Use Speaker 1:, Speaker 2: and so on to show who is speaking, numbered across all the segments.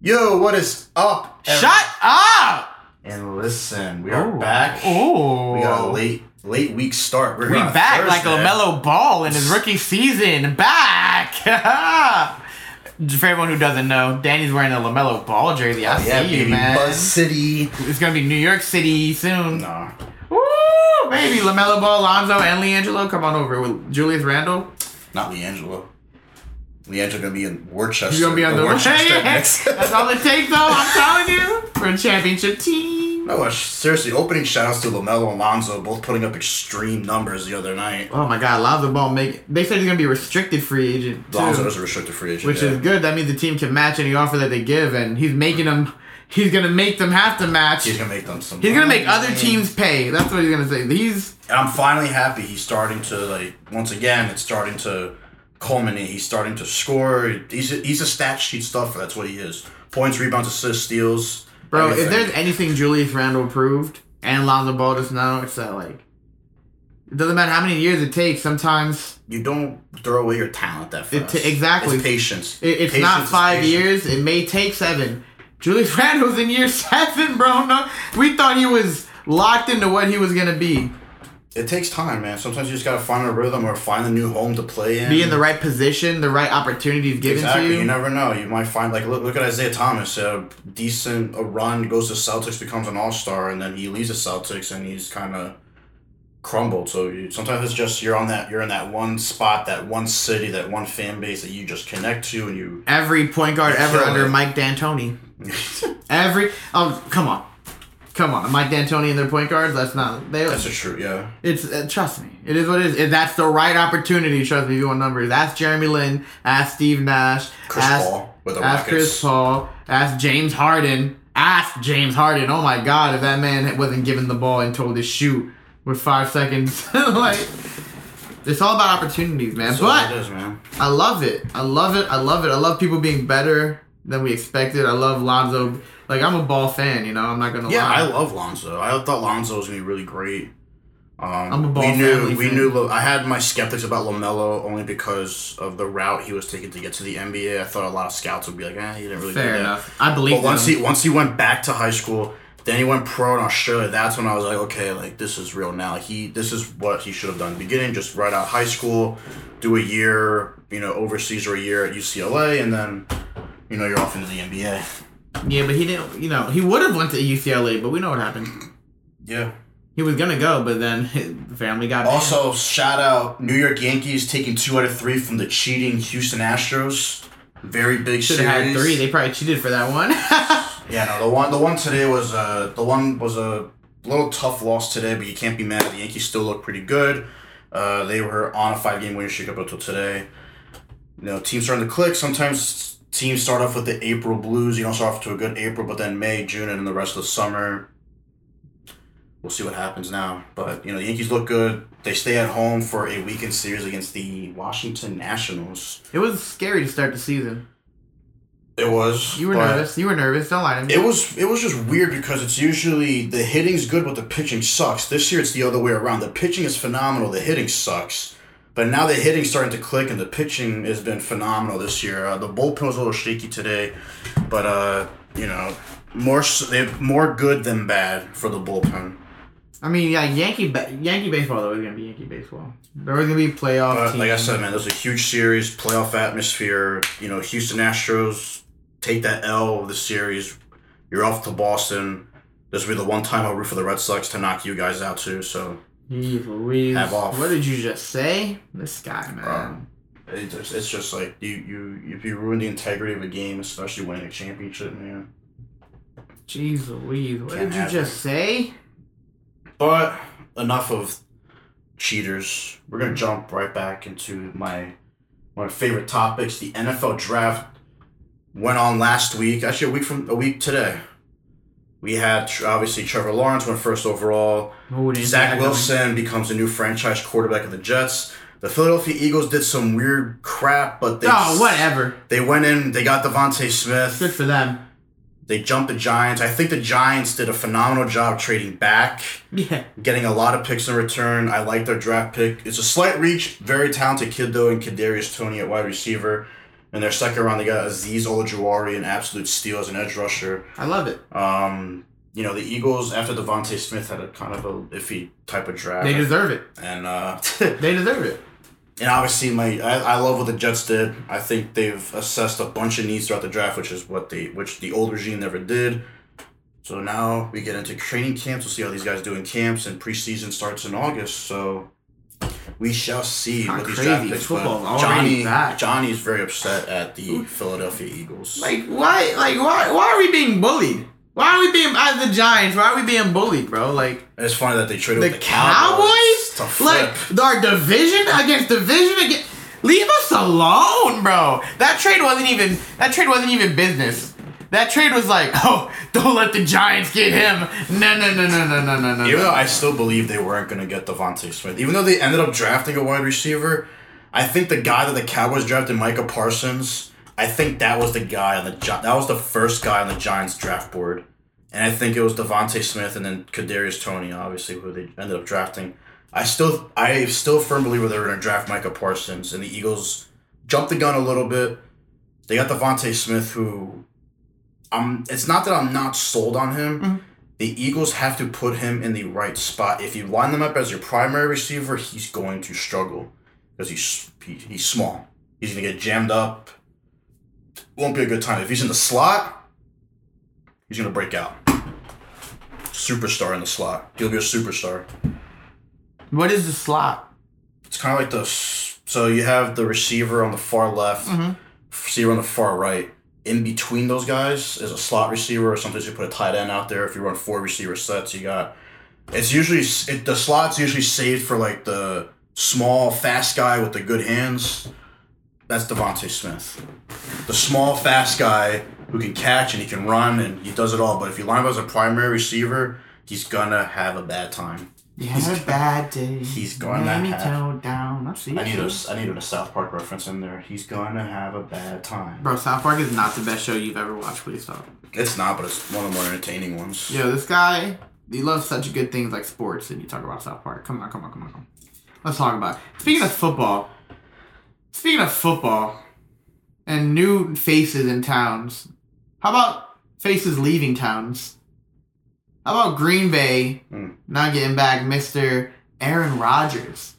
Speaker 1: Yo, what is up? everyone?
Speaker 2: Shut up!
Speaker 1: and listen. We are
Speaker 2: Ooh.
Speaker 1: back.
Speaker 2: Ooh.
Speaker 1: We got a late late week start. We're
Speaker 2: We
Speaker 1: on
Speaker 2: back like
Speaker 1: Thursday.
Speaker 2: LaMelo Ball in his rookie season. Back! For everyone who doesn't know, Danny's wearing a LaMelo Ball jersey. I
Speaker 1: Oh, Yeah,
Speaker 2: see
Speaker 1: baby.
Speaker 2: you, man.
Speaker 1: Buzz City.
Speaker 2: It's going to be New York City soon.
Speaker 1: Nah.
Speaker 2: Woo! Baby, LaMelo Ball, Lonzo, and LiAngelo, come on over with Julius Randle.
Speaker 1: Not Leangelo. Leangelo gonna be in Worcester.
Speaker 2: He's going to be on the
Speaker 1: Worcester Nets.
Speaker 2: That's all it takes, though, I'm telling you. For a championship team.
Speaker 1: no, uh, seriously. Opening shoutouts to Lamelo and Lonzo, both putting up extreme numbers the other night.
Speaker 2: Oh my God, Lonzo Ball make. They said he's gonna be a restricted free agent. Too.
Speaker 1: Lonzo is a restricted free agent.
Speaker 2: which
Speaker 1: yeah.
Speaker 2: is good. That means the team can match any offer that they give, and he's making them. He's gonna make them have to match.
Speaker 1: he's gonna make them some.
Speaker 2: He's gonna make other
Speaker 1: money.
Speaker 2: teams pay. That's what he's gonna say. He's
Speaker 1: And I'm finally happy he's starting to like once again. It's starting to culminate. He's starting to score. He's a, he's a stat sheet stuffer. That's what he is. Points, rebounds, assists, steals.
Speaker 2: bro. If
Speaker 1: everything.
Speaker 2: there's anything Julius Randle proved and Lonzo Ball just now, it's that like it doesn't matter how many years it takes. Sometimes
Speaker 1: you don't throw away your talent that
Speaker 2: It
Speaker 1: fast.
Speaker 2: ta- exactly.
Speaker 1: It's patience.
Speaker 2: it, it's
Speaker 1: Patience
Speaker 2: not
Speaker 1: is
Speaker 2: five
Speaker 1: patience.
Speaker 2: years. It may take seven. Julius Randle's in year seven, bro. No, we thought he was locked into what he was gonna be.
Speaker 1: It takes time, man. Sometimes you just gotta find a rhythm or find a new home to play in.
Speaker 2: Be in the right position, the right opportunities given
Speaker 1: Mm. Exactly.
Speaker 2: to
Speaker 1: You. never know. You might find like look, look at Isaiah Thomas, a decent a run goes to Celtics, becomes an All Star, and then he leaves the Celtics, and he's kind of crumbled. So you, sometimes it's just you're on that you're in that one spot, that one city, that one fan base that you just connect to, and you
Speaker 2: every point guard
Speaker 1: You're
Speaker 2: ever
Speaker 1: killing
Speaker 2: under
Speaker 1: it.
Speaker 2: Mike D'Antoni. Every oh come on, come on, Mike D'Antoni and their point guards. That's not they.
Speaker 1: that's the truth. Yeah,
Speaker 2: It's uh, trust me, it is what it is. If that's the right opportunity, trust me. If you want numbers, ask Jeremy Lin, ask Steve Nash,
Speaker 1: Chris
Speaker 2: ask
Speaker 1: Paul with the
Speaker 2: ask
Speaker 1: Rockets.
Speaker 2: Chris Paul, ask James Harden, ask James Harden. Oh my God, if that man wasn't given the ball and told to shoot with five seconds, like it's all about opportunities, man.
Speaker 1: So
Speaker 2: but
Speaker 1: it is, man.
Speaker 2: I love it. I love it. I love it. I love people being better than we expected. I love Lonzo. Like I'm a ball fan, you know. I'm not gonna
Speaker 1: Yeah,
Speaker 2: lie.
Speaker 1: I love Lonzo. I thought Lonzo was gonna be really great. Um,
Speaker 2: I'm a ball
Speaker 1: we
Speaker 2: family
Speaker 1: knew we
Speaker 2: fan.
Speaker 1: knew Lo- I had my skeptics about Lamelo only because of the route he was taking to get to the NBA. I thought a lot of scouts would be like, "Eh, he didn't really
Speaker 2: Fair
Speaker 1: do that."
Speaker 2: enough. I believe.
Speaker 1: But
Speaker 2: in
Speaker 1: once
Speaker 2: him.
Speaker 1: he once he went back to high school, then he went pro in Australia. That's when I was like, okay, like this is real now. He this is what he should have done. Beginning just right out of high school, do a year, you know, overseas or a year at UCLA, and then you know you're off into the NBA.
Speaker 2: yeah, but he didn't. You know, he would have went to UCLA, but we know what happened.
Speaker 1: Yeah.
Speaker 2: He was gonna go, but then his family got. banned.
Speaker 1: Also, shout out New York Yankees taking two out of three from the cheating Houston Astros. Very big
Speaker 2: should
Speaker 1: series.
Speaker 2: have had three. They probably cheated for that one.
Speaker 1: Yeah, no, the one the one today was uh the one was a little tough loss today, but you can't be mad. The Yankees still look pretty good. Uh, they were on a five game winning streak up until today. You know, teams starting to click. Sometimes teams start off with the April blues. You don't start off to a good April, but then May, June, and then the rest of the summer. We'll see what happens now. But you know, the Yankees look good. They stay at home for a weekend series against the Washington Nationals.
Speaker 2: it was scary to start the season.
Speaker 1: It was.
Speaker 2: You were
Speaker 1: but-
Speaker 2: nervous. You were nervous. Don't lie to me.
Speaker 1: It was it was just weird because it's usually the hitting's good but the pitching sucks. This year it's the other way around. The pitching is phenomenal, the hitting sucks. But now the hitting's starting to click and the pitching has been phenomenal this year. Uh, the bullpen was a little shaky today, but uh, you know, more s- they more good than bad for the bullpen.
Speaker 2: I mean, yeah, Yankee ba- Yankee baseball though is gonna be Yankee baseball. There was gonna be playoff.
Speaker 1: But
Speaker 2: teams.
Speaker 1: like I said, man, there's a huge series, playoff atmosphere. You know, Houston Astros take that L of the series. You're off to Boston. This will be the one time I'll root for the Red Sox to knock you guys out too. So
Speaker 2: Jeez Louise.
Speaker 1: Have off.
Speaker 2: What did you just say? This guy, man.
Speaker 1: Um, it's just, it's just like you you if you ruin the integrity of a game, especially winning a championship, man.
Speaker 2: Jeez Louise. What
Speaker 1: Can't
Speaker 2: did you
Speaker 1: have
Speaker 2: just say?
Speaker 1: But enough of cheaters. We're gonna jump right back into my one of my favorite topics. The NFL draft went on last week. Actually, a week from a week today. We had tr- obviously Trevor Lawrence went first overall.
Speaker 2: Who didn't
Speaker 1: Zach
Speaker 2: tag
Speaker 1: Wilson becomes the new franchise quarterback of the Jets. The Philadelphia Eagles did some weird crap, but they
Speaker 2: him? Oh, whatever.
Speaker 1: They went in. They got Devontae Smith.
Speaker 2: Good for them.
Speaker 1: They jumped the Giants. I think the Giants did a phenomenal job trading back,
Speaker 2: Yeah.
Speaker 1: getting a lot of picks in return. I like their draft pick. It's a slight reach. Very talented kid though, and Kadarius Tony at wide receiver. In their second round, they got Aziz Olajuwari, an absolute steal as an edge rusher.
Speaker 2: I love it.
Speaker 1: Um, you know, the Eagles, after Devontae Smith, had a kind of a iffy type of draft.
Speaker 2: They deserve it.
Speaker 1: and uh,
Speaker 2: They deserve it.
Speaker 1: and obviously, my I, I love what the Jets did. I think they've assessed a bunch of needs throughout the draft, which is what they which the old regime never did. So now we get into training camps. We'll see how these guys do in camps, and preseason starts in August. So we shall see
Speaker 2: Kinda
Speaker 1: what these
Speaker 2: crazy.
Speaker 1: draft picks. but
Speaker 2: Football's already
Speaker 1: Johnny
Speaker 2: back.
Speaker 1: Johnny's very upset at the Philadelphia Eagles.
Speaker 2: Like why? Like why? Why are we being bullied? Why are we being as the Giants? Why are we being bullied, bro? Like
Speaker 1: it's funny that they traded
Speaker 2: the,
Speaker 1: with the
Speaker 2: Cowboys?
Speaker 1: to flip.
Speaker 2: Like our division against division against. Leave us alone, bro. That trade wasn't even. That trade wasn't even business. That trade was like, oh, don't let the Giants get him. No, no, no, no, no, no, no, no.
Speaker 1: Even though
Speaker 2: no.
Speaker 1: I still believe they weren't going to get Devontae Smith, even though they ended up drafting a wide receiver, I think the guy that the Cowboys drafted, Micah Parsons, I think that was the guy on the Gi- that was the first guy on the Giants draft board, and I think it was Devontae Smith and then Kadarius Tony, obviously who they ended up drafting. I still, I still firm believer they were going to draft Micah Parsons, and the Eagles jumped the gun a little bit. They got Devontae Smith, who, I'm. It's not that I'm not sold on him the Eagles have to put him in the right spot. If you line them up as your primary receiver, he's going to struggle because he's he, he's small. He's gonna get jammed up. Won't be a good time. If he's in the slot, he's gonna break out. Superstar in the slot. He'll be a superstar.
Speaker 2: What is the slot?
Speaker 1: It's kind of like the s- so you have the receiver on the far left,
Speaker 2: Mhm.
Speaker 1: receiver on the far right. In between those guys is a slot receiver, or sometimes you put a tight end out there. If you run four receiver sets, you got. It's usually s- it, the slots usually saved for like the small fast guy with the good hands. That's Devontae Smith, the small fast guy who can catch and he can run and he does it all. But if you line him up as a primary receiver, he's gonna have a bad time.
Speaker 2: You had a bad day.
Speaker 1: he's going
Speaker 2: Let
Speaker 1: that
Speaker 2: me
Speaker 1: half.
Speaker 2: tone down. I see.
Speaker 1: I need
Speaker 2: you.
Speaker 1: a I needed a South Park reference in there. He's gonna have a bad time.
Speaker 2: Bro, South Park is not the best show you've ever watched. Please stop.
Speaker 1: It's not, but it's one of the more entertaining ones.
Speaker 2: Yo, this guy, he loves such good things like sports, and you talk about South Park. Come on, come on, come on, come on. Let's talk about it. Speaking of football, speaking of football, and new faces in towns, how about faces leaving towns? How about Green Bay
Speaker 1: Mm.
Speaker 2: not getting back Mr. Aaron Rodgers?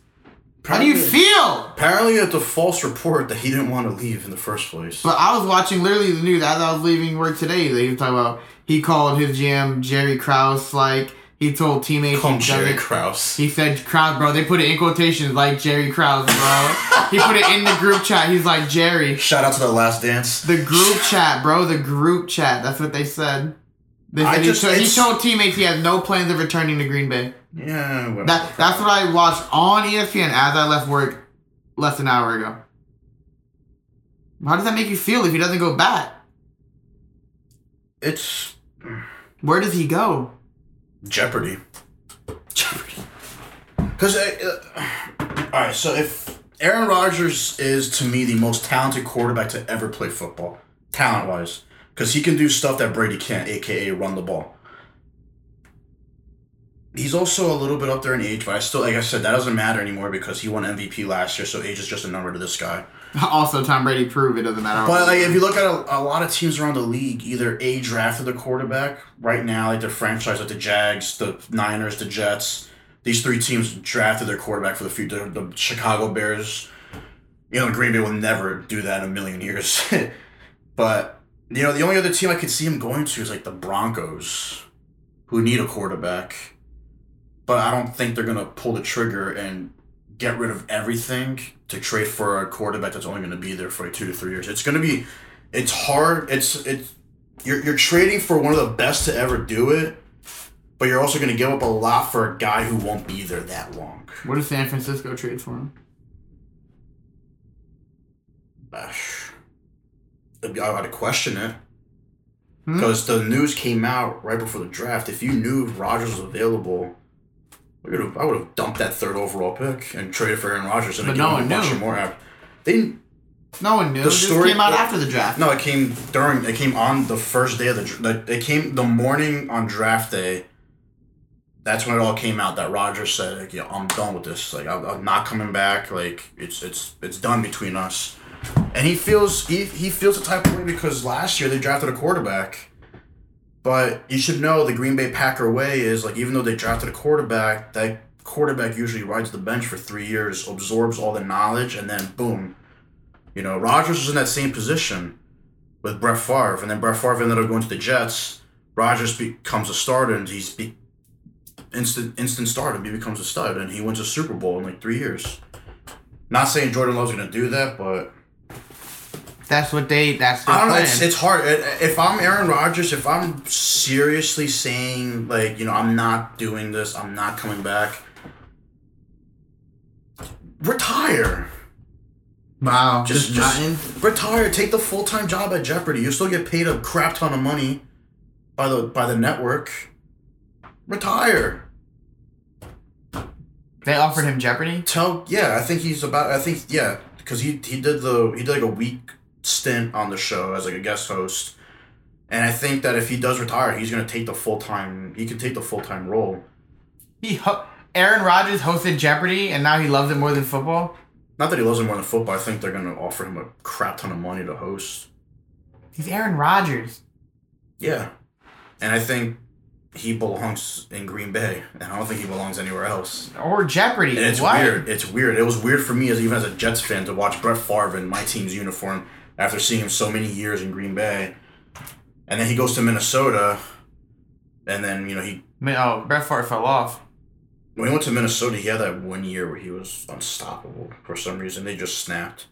Speaker 2: How do you feel?
Speaker 1: Apparently, it's a false report that he didn't want to leave in the first place.
Speaker 2: But I was watching literally the news as I was leaving work today. They were talking about he called his GM Jerry Krause like he told teammates
Speaker 1: Come,
Speaker 2: he doesn't-
Speaker 1: Jerry Krause.
Speaker 2: He said Krause, bro. They put it in quotations like Jerry Krause, bro. he put it in the group chat. He's like Jerry.
Speaker 1: Shout out to the Last Dance.
Speaker 2: The group chat, bro. The group chat. That's what they said. They
Speaker 1: I
Speaker 2: said he,
Speaker 1: just-
Speaker 2: to- he
Speaker 1: it's-
Speaker 2: told teammates he has no plans of returning to Green Bay.
Speaker 1: Yeah, whatever.
Speaker 2: That that's what I watched on E ESPN as I left work less than an hour ago. How does that make you feel if he doesn't go back?
Speaker 1: It's
Speaker 2: Where does he go?
Speaker 1: Jeopardy. Because, uh, all right, so if Aaron Rodgers is to me the most talented quarterback to ever play football, talent wise, because he can do stuff that Brady can't, aka run the ball. He's also a little bit up there in age, but I still, like I said, that doesn't matter anymore because he won MVP last year, so age is just a number to this guy.
Speaker 2: Also, Tom Brady proved it doesn't matter.
Speaker 1: But like, if you look at a, a lot of teams around the league, either a drafted the quarterback right now, like the franchise, like the Jags, the Niners, the Jets. These three teams drafted their quarterback for the future. The, the Chicago Bears, you know, Green Bay will never do that in a million years. but you know, the only other team I could see him going to is like the Broncos, who need a quarterback. But I don't think they're gonna pull the trigger and get rid of everything to trade for a quarterback that's only going to be there for like two to three years. It's going to be, it's hard. It's it's you're you're trading for one of the best to ever do it, but you're also going to give up a lot for a guy who won't be there that long.
Speaker 2: what does San Francisco trade for him?
Speaker 1: Bash. I had to question it
Speaker 2: Hmm?
Speaker 1: because the news came out right before the draft. If you knew Rodgers was available. we would have- I would have dumped that third overall pick and traded for Aaron Rodgers and
Speaker 2: But
Speaker 1: given
Speaker 2: no
Speaker 1: him
Speaker 2: one
Speaker 1: a bunch
Speaker 2: knew.
Speaker 1: of more. app- They
Speaker 2: No one knew.
Speaker 1: The
Speaker 2: This
Speaker 1: story-
Speaker 2: came out after the draft.
Speaker 1: No, it came during. It came on the first day of the. dr- Like, it came the morning on draft day. That's when it all came out that Roger said, like, "Yeah, I'm done with this. Like, I'm, I'm not coming back. Like, it's it's it's done between us." and he feels he, he feels the type of way because last year they drafted a quarterback. But you should know the Green Bay Packer way is like even though they drafted a quarterback, that quarterback usually rides the bench for three years, absorbs all the knowledge, and then boom. You know, Rodgers was in that same position with Brett Favre, and then Brett Favre ended up going to the Jets. Rodgers becomes a starter, and he's be- instant instant starter. He becomes a stud, and he wins a Super Bowl in like three years. Not saying Jordan Love's gonna do that, but
Speaker 2: That's what they. That's their
Speaker 1: I don't know.
Speaker 2: plan.
Speaker 1: It's, it's hard. I- I- If I'm Aaron Rodgers, if I'm seriously saying like you know I'm not doing this, I'm not coming back. Retire.
Speaker 2: wow.
Speaker 1: Just-
Speaker 2: Just,
Speaker 1: just-
Speaker 2: nothing.
Speaker 1: Retire. Take the full time job at Jeopardy. You still get paid a crap ton of money by the by the network. Retire.
Speaker 2: They offered him Jeopardy.
Speaker 1: Tell yeah, I think he's about. I think yeah, because he he did the he did like a week stint on the show as like a guest host, and I think that if he does retire, he's gonna take the full time. He can take the full time role.
Speaker 2: He ho- Aaron Rodgers hosted Jeopardy, and now he loves it more than football.
Speaker 1: Not that he loves it more than football. I think they're gonna offer him a crap ton of money to host.
Speaker 2: He's Aaron Rodgers.
Speaker 1: Yeah, and I think he belongs in Green Bay, and I don't think he belongs anywhere else.
Speaker 2: Or Jeopardy.
Speaker 1: And it's
Speaker 2: what?
Speaker 1: weird. It's weird. It was weird for me as even as a Jets fan to watch Brett Favre in my team's uniform after seeing him so many years in Green Bay, and then he goes to Minnesota, and then you know he
Speaker 2: I mean, oh, Brett Favre fell off.
Speaker 1: when he went to Minnesota he had that one year where he was unstoppable for some reason they just snapped.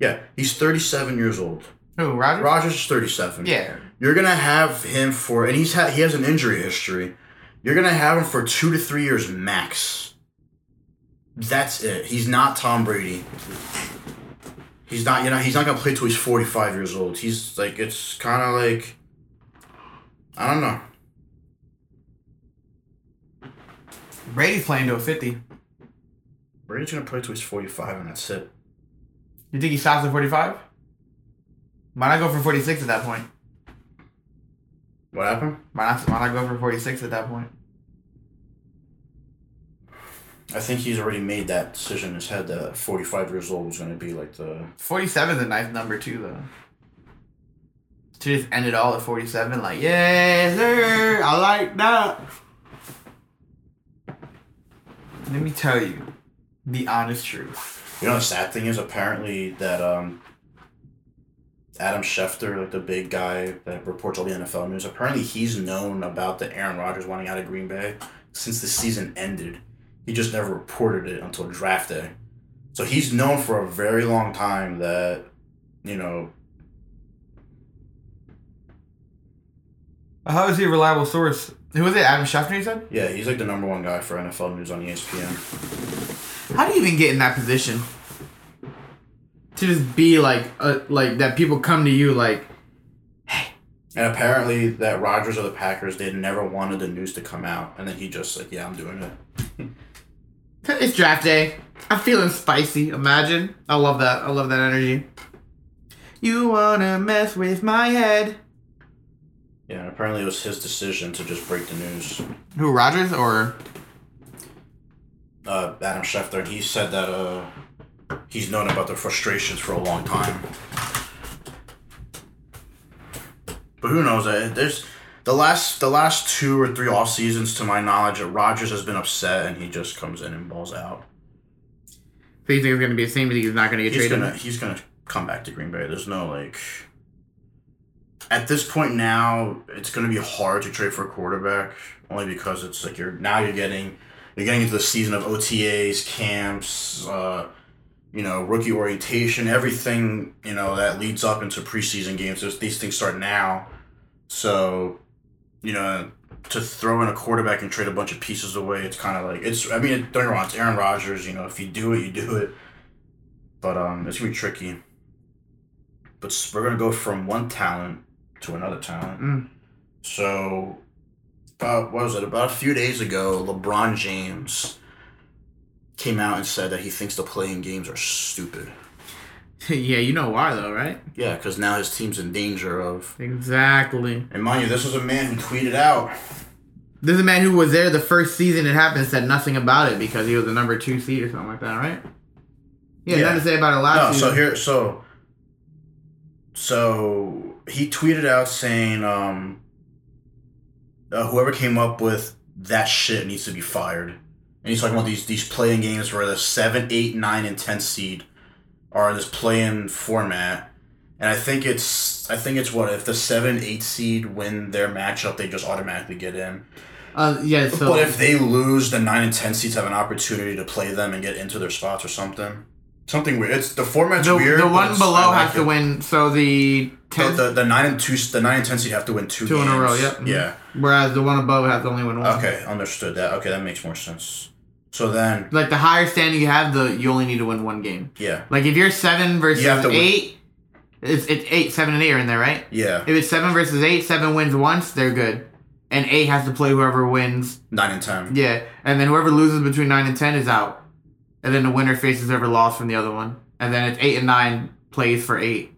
Speaker 1: Yeah, he's thirty seven years old.
Speaker 2: Who? Rodgers.
Speaker 1: Rogers is thirty seven.
Speaker 2: yeah.
Speaker 1: you're gonna have him for and he's had he has an injury history. You're gonna have him for two to three years max. That's it. He's not Tom Brady. He's not you know he's not gonna play till he's forty five years old. He's like it's kind of like I don't know.
Speaker 2: Brady's playing to a fifty.
Speaker 1: Brady's gonna play till he's forty five and that's it.
Speaker 2: You think he stops at 45? Might not go for 46 at that point.
Speaker 1: What happened?
Speaker 2: Might not, might not go for 46 at that point.
Speaker 1: I think he's already made that decision in his head that forty five years old was gonna be like the
Speaker 2: 47 is a nice number, too, though. To just end it all at 47, like, yes, sir, I like that. Let me tell you the honest truth.
Speaker 1: You know the sad thing is apparently that um Adam Schefter, like the big guy that reports all the NFL news, apparently he's known about the Aaron Rodgers wanting out of Green Bay since the season ended. He just never reported it until draft day. So he's known for a very long time that, you know,
Speaker 2: How is he a reliable source? Who was it? Adam Scheffner, you said?
Speaker 1: yeah, he's like the number one guy for NFL news on E ESPN.
Speaker 2: How do you even get in that position? To just be like, uh, like that people come to you like,
Speaker 1: And apparently that Rodgers or the Packers, they never wanted the news to come out. And then he just like, yeah, I'm doing it.
Speaker 2: It's draft day. I'm feeling spicy. Imagine. I love that. I love that energy. You wanna mess with my head?
Speaker 1: Yeah, and apparently it was his decision to just break the news.
Speaker 2: Who Rogers or
Speaker 1: uh, Adam Schefter, and he said that uh, he's known about their frustrations for a long time. But who knows? eh, There's the last the last two or three off seasons, to my knowledge, that Rogers has been upset, and he just comes in and balls out.
Speaker 2: so you think it's gonna be the same? You think he's not gonna get
Speaker 1: He's
Speaker 2: traded?
Speaker 1: gonna he's gonna come back to Green Bay. There's no like. At this point now, it's gonna be hard to trade for a quarterback only because it's like you're now you're getting you're getting into the season of OTAs, camps, uh, you know, rookie orientation, everything you know that leads up into preseason games. Those- These things start now, so you know to throw in a quarterback and trade a bunch of pieces away, it's kind of like it's. I mean, don't get me wrong, it's Aaron Rodgers. You know, if you do it, you do it but um, it's gonna be tricky. But s- we're gonna go from one talent to another talent.
Speaker 2: Mm.
Speaker 1: So, about what was it? About a few days ago, LeBron James came out and said that he thinks the playing games are stupid.
Speaker 2: yeah, you know why though, right?
Speaker 1: Yeah, because now his team's in danger of.
Speaker 2: Exactly.
Speaker 1: And mind you, this was a man who tweeted out.
Speaker 2: There's a man who was there the first season it happened said nothing about it because he was the number two seed or something like that, right? Yeah,
Speaker 1: Yeah.
Speaker 2: nothing to say about it last
Speaker 1: no,
Speaker 2: season.
Speaker 1: so here, so so he tweeted out saying, um, uh, "Whoever came up with that shit needs to be fired." And he's talking about these these playing games where the seven, eight, nine, and ten seed are in this play-in format, and I think it's I think it's what if the seven, eight seed win their matchup, they just automatically get in.
Speaker 2: Uh, yeah. So
Speaker 1: but if they lose, the nine and ten seeds have an opportunity to play them and get into their spots or something. Something weird. It's the format's
Speaker 2: the,
Speaker 1: weird.
Speaker 2: the
Speaker 1: but
Speaker 2: one
Speaker 1: it's-
Speaker 2: below
Speaker 1: I like
Speaker 2: has to
Speaker 1: it.
Speaker 2: win. So the
Speaker 1: The,
Speaker 2: ten,
Speaker 1: the, the nine and two, the nine and ten seed have to win two.
Speaker 2: two in a row.
Speaker 1: games.
Speaker 2: Yep.
Speaker 1: Yeah.
Speaker 2: Whereas the one above has to only win one.
Speaker 1: Okay, understood that. Okay, that makes more sense. So then,
Speaker 2: Like the higher standing you have, the you only need to win one game.
Speaker 1: yeah,
Speaker 2: Like if you're seven versus
Speaker 1: You have to win.
Speaker 2: eight, it's, it's eight, seven, and eight are in there, right?
Speaker 1: yeah,
Speaker 2: If it's seven versus eight, seven wins once, they're good, and eight has to play whoever wins.
Speaker 1: nine and ten.
Speaker 2: Yeah, and then whoever loses between nine and ten is out, and then the winner faces whoever lost from the other one, and then it's eight and nine plays for eight,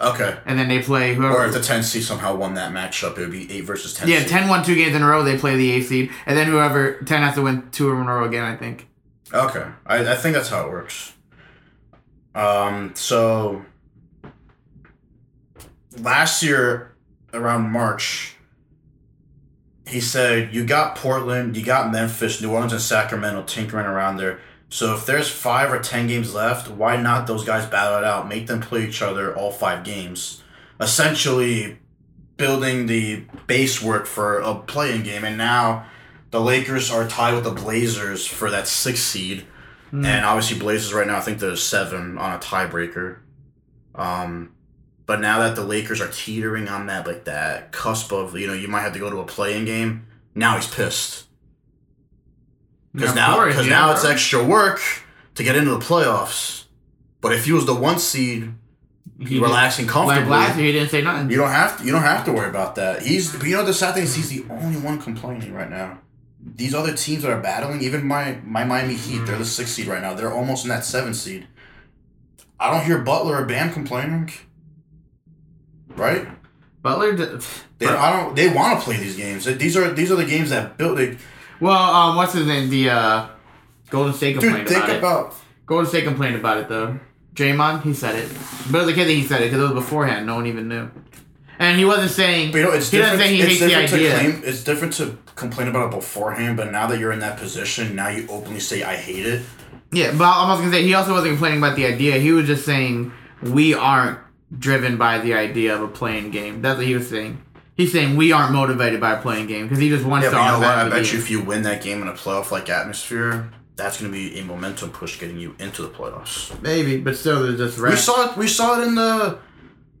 Speaker 1: Okay.
Speaker 2: and then they play
Speaker 1: Or if
Speaker 2: whoever.
Speaker 1: the ten seed somehow won that matchup, it would be eight versus ten.
Speaker 2: Yeah,
Speaker 1: seed.
Speaker 2: 10 won two games in a row, they play the eight seed, and then whoever ten has to win two in a row again. I think.
Speaker 1: Okay, I, I think that's how it works. Um, so last year around March, he said you got Portland, you got Memphis, New Orleans, and Sacramento tinkering around there. So if there's five or ten games left, why not those guys battle it out, make them play each other all five games, essentially building the base work for a playing game, and now the Lakers are tied with the Blazers for that sixth seed,
Speaker 2: Mm.
Speaker 1: and obviously Blazers right now I think they're seven on a tiebreaker. Um, but now that the Lakers are teetering on that like that cusp of you know you might have to go to a playing game, now he's pissed because
Speaker 2: Yeah, of
Speaker 1: now
Speaker 2: course,
Speaker 1: because
Speaker 2: yeah,
Speaker 1: now it's
Speaker 2: bro.
Speaker 1: extra work to get into the playoffs. But if he was the one seed,
Speaker 2: He
Speaker 1: relaxing
Speaker 2: did- like
Speaker 1: comfortably.
Speaker 2: last year, he didn't say nothing.
Speaker 1: You don't have to. You don't have to worry about that. He's. But you know the sad thing is he's the only one complaining right now. These other teams that are battling, even my my Miami Heat, they're the sixth seed right now. They're almost in that seven seed. I don't hear Butler or Bam complaining. Right?
Speaker 2: Butler. Did,
Speaker 1: They I don't. They want to play these games. These are these are the games that build. They,
Speaker 2: Well, um, what's his name? The uh, Golden State
Speaker 1: dude,
Speaker 2: complained
Speaker 1: think
Speaker 2: about it.
Speaker 1: about.
Speaker 2: Golden State complained about it though. Draymond, he said it, but it was a kid that he said it because it was beforehand. No one even knew, and he wasn't saying.
Speaker 1: But you know, it's
Speaker 2: he doesn't
Speaker 1: different.
Speaker 2: say he
Speaker 1: It's
Speaker 2: hates the
Speaker 1: different to
Speaker 2: idea.
Speaker 1: claim. It's different to complain about it beforehand. But now that you're in that position, now you openly say I hate it.
Speaker 2: Yeah, but I was gonna say he also wasn't complaining about the idea. He was just saying we aren't driven by the idea of a playing game. That's what he was saying. He's saying we aren't motivated by a playing game because he just wants
Speaker 1: Yeah,
Speaker 2: to
Speaker 1: but you know what? I
Speaker 2: automatically
Speaker 1: bet
Speaker 2: be-
Speaker 1: you if you win that game in a playoff like atmosphere, that's going to be a momentum push getting you into the playoffs.
Speaker 2: Maybe, but still, there's just
Speaker 1: We
Speaker 2: rest.
Speaker 1: saw it. We saw it in the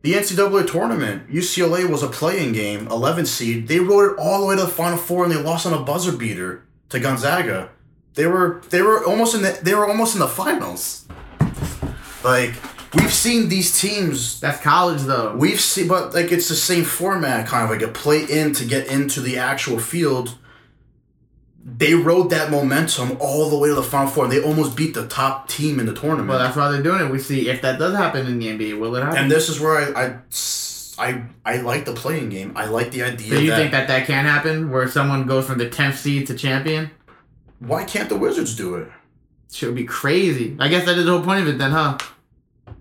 Speaker 1: the NCAA tournament. UCLA was a playing game, 11 seed. They rode it all the way to the final four, and they lost on a buzzer beater to Gonzaga. They were they were almost in the they were almost in the finals. Like we've seen these teams
Speaker 2: That's college though.
Speaker 1: We've seen, but like it's the same format, kind of like a play in to get into the actual field. They rode that momentum all the way to the final four, and they almost beat the top team in the tournament.
Speaker 2: Well, that's why they're doing it. We see if that does happen in the NBA, will it happen?
Speaker 1: and this is where I, I, I, I like the playing game. I like the idea.
Speaker 2: Do you
Speaker 1: that,
Speaker 2: think that that can happen, where someone goes from the tenth seed to champion?
Speaker 1: why can't the Wizards do it?
Speaker 2: Should be crazy. I guess that is the whole point of it, then, huh?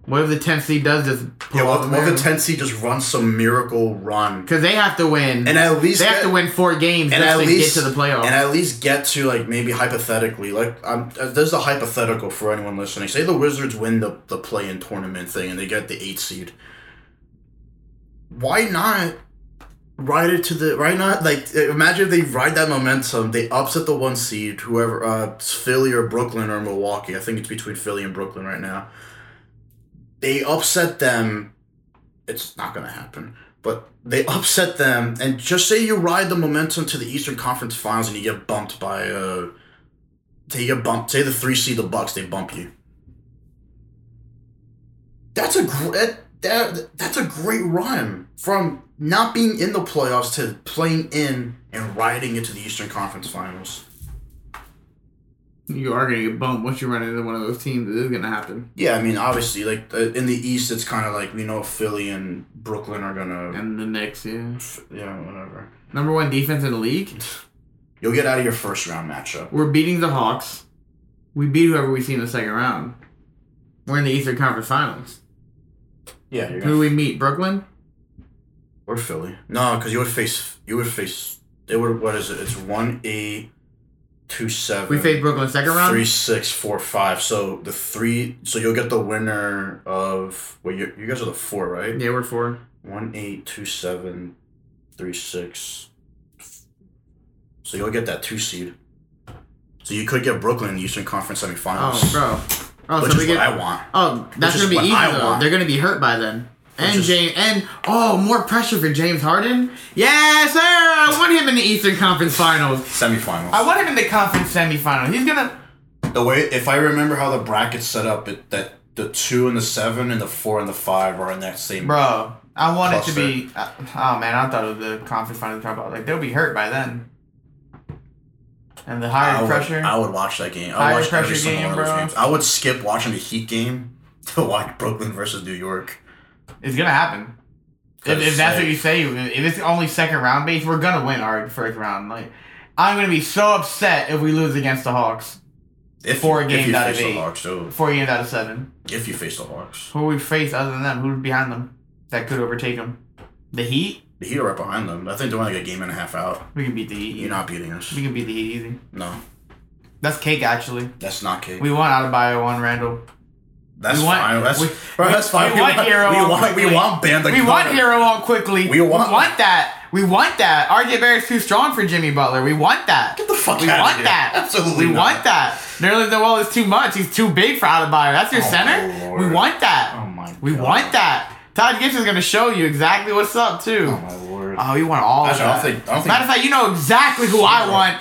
Speaker 2: What if the tenth seed does just
Speaker 1: Yeah,
Speaker 2: pull
Speaker 1: well,
Speaker 2: off
Speaker 1: well, the ten seed just run some miracle run,
Speaker 2: Because they have to win.
Speaker 1: and at least
Speaker 2: they have
Speaker 1: get-
Speaker 2: to win four games
Speaker 1: and
Speaker 2: just
Speaker 1: at
Speaker 2: to
Speaker 1: least
Speaker 2: get to the playoffs.
Speaker 1: and at least get to like maybe hypothetically like I'm, uh, there's a hypothetical for anyone listening say the wizards win the, the play-in tournament thing and they get the eight seed why not ride it to the why not like uh, imagine if they ride that momentum they upset the one seed whoever uh it's philly or brooklyn or milwaukee i think it's between philly and brooklyn right now they upset them it's not gonna happen but they upset them and just say you ride the momentum to the Eastern Conference Finals and you get bumped by uh say you get bumped say the three seed the Bucks they bump you. That's a great that, that's a great run from not being in the playoffs to playing in and riding into the Eastern Conference Finals.
Speaker 2: you are gonna get bumped once you run into one of those teams. It is gonna happen,
Speaker 1: Yeah, I mean obviously like uh, in the East it's kind of like we know Philly and Brooklyn are gonna
Speaker 2: and the Knicks, yeah,
Speaker 1: yeah whatever.
Speaker 2: number one defense in the league.
Speaker 1: You'll get out of your first round matchup.
Speaker 2: We're beating the Hawks. We beat whoever we see in the second round. We're in the Eastern Conference Finals.
Speaker 1: Yeah, you're
Speaker 2: Who do
Speaker 1: gonna,
Speaker 2: we meet? Brooklyn?
Speaker 1: or Philly. No, because you would face you would face it would what is it? It's one eight two seven.
Speaker 2: We face Brooklyn second round?
Speaker 1: Uh, Three six four five. So the three. So you'll get the winner of. Well, you you guys are the four, right?
Speaker 2: Yeah, we're four.
Speaker 1: One eight two seven, three six. So you'll get that two seed. So you could get Brooklyn in the Eastern Conference semifinals,
Speaker 2: Oh, bro. Oh,
Speaker 1: which
Speaker 2: so we
Speaker 1: is
Speaker 2: get.
Speaker 1: what I want.
Speaker 2: oh, that's
Speaker 1: is
Speaker 2: gonna be
Speaker 1: what
Speaker 2: easy
Speaker 1: I
Speaker 2: though.
Speaker 1: want.
Speaker 2: They're gonna be hurt by then. And
Speaker 1: is-
Speaker 2: James, and oh, more pressure for James Harden. Yes, sir. I want him in the Eastern Conference Finals.
Speaker 1: Semifinals.
Speaker 2: I want him in the conference semifinal. He's gonna.
Speaker 1: the way if I remember how the bracket's set up, it that the two and the seven and the four and the five are in that same.
Speaker 2: Bro, I want it to
Speaker 1: Cluster.
Speaker 2: be. uh, Oh man, I thought of the conference final talk about like they'll be hurt by then. And the higher
Speaker 1: I would,
Speaker 2: pressure.
Speaker 1: I would watch that game. I
Speaker 2: Higher
Speaker 1: would watch every
Speaker 2: pressure
Speaker 1: single
Speaker 2: game,
Speaker 1: one of those
Speaker 2: bro.
Speaker 1: games. I would skip watching the Heat game to watch Brooklyn versus New York.
Speaker 2: It's gonna happen. If, if that's what you say, if it's only second round base, we're gonna win our first round. Like, I'm gonna be so upset if we lose against the Hawks.
Speaker 1: if,
Speaker 2: four
Speaker 1: if
Speaker 2: games
Speaker 1: you
Speaker 2: out of
Speaker 1: face the
Speaker 2: eight.
Speaker 1: Hawks, so
Speaker 2: Four games out of seven.
Speaker 1: if you face the Hawks,
Speaker 2: Who we face other than them? Who's behind them that could overtake them? The Heat.
Speaker 1: the Heat are right behind them. I think they're only like a game and a half out.
Speaker 2: We can beat the Heat.
Speaker 1: You're not beating us.
Speaker 2: We can beat the Heat easy.
Speaker 1: No,
Speaker 2: That's cake actually.
Speaker 1: that's not cake.
Speaker 2: We won out of bio one Randall.
Speaker 1: that's
Speaker 2: we want-
Speaker 1: fine. That's,
Speaker 2: we-
Speaker 1: bro,
Speaker 2: we-
Speaker 1: that's fine.
Speaker 2: we want Hero
Speaker 1: We
Speaker 2: on
Speaker 1: want. We
Speaker 2: Quickly.
Speaker 1: want Banda.
Speaker 2: we want hero on quickly.
Speaker 1: We want-
Speaker 2: that. We want that. RJ Barrett's too strong for Jimmy Butler. We want that.
Speaker 1: Get the fuck
Speaker 2: we
Speaker 1: outta
Speaker 2: want
Speaker 1: here.
Speaker 2: that.
Speaker 1: Absolutely
Speaker 2: We
Speaker 1: not.
Speaker 2: want that. Nerlens Noel is too much. He's too big for Adebayo. That's your
Speaker 1: Oh,
Speaker 2: center.
Speaker 1: Lord.
Speaker 2: We want that.
Speaker 1: Oh, my
Speaker 2: We
Speaker 1: God.
Speaker 2: want that. Todd Gibson's gonna show you exactly what's up too.
Speaker 1: Oh my lord.
Speaker 2: Oh, we want all
Speaker 1: Actually, I
Speaker 2: of
Speaker 1: don't think-
Speaker 2: that.
Speaker 1: I don't think-
Speaker 2: Matter of fact, you know exactly who I
Speaker 1: Hero.
Speaker 2: want.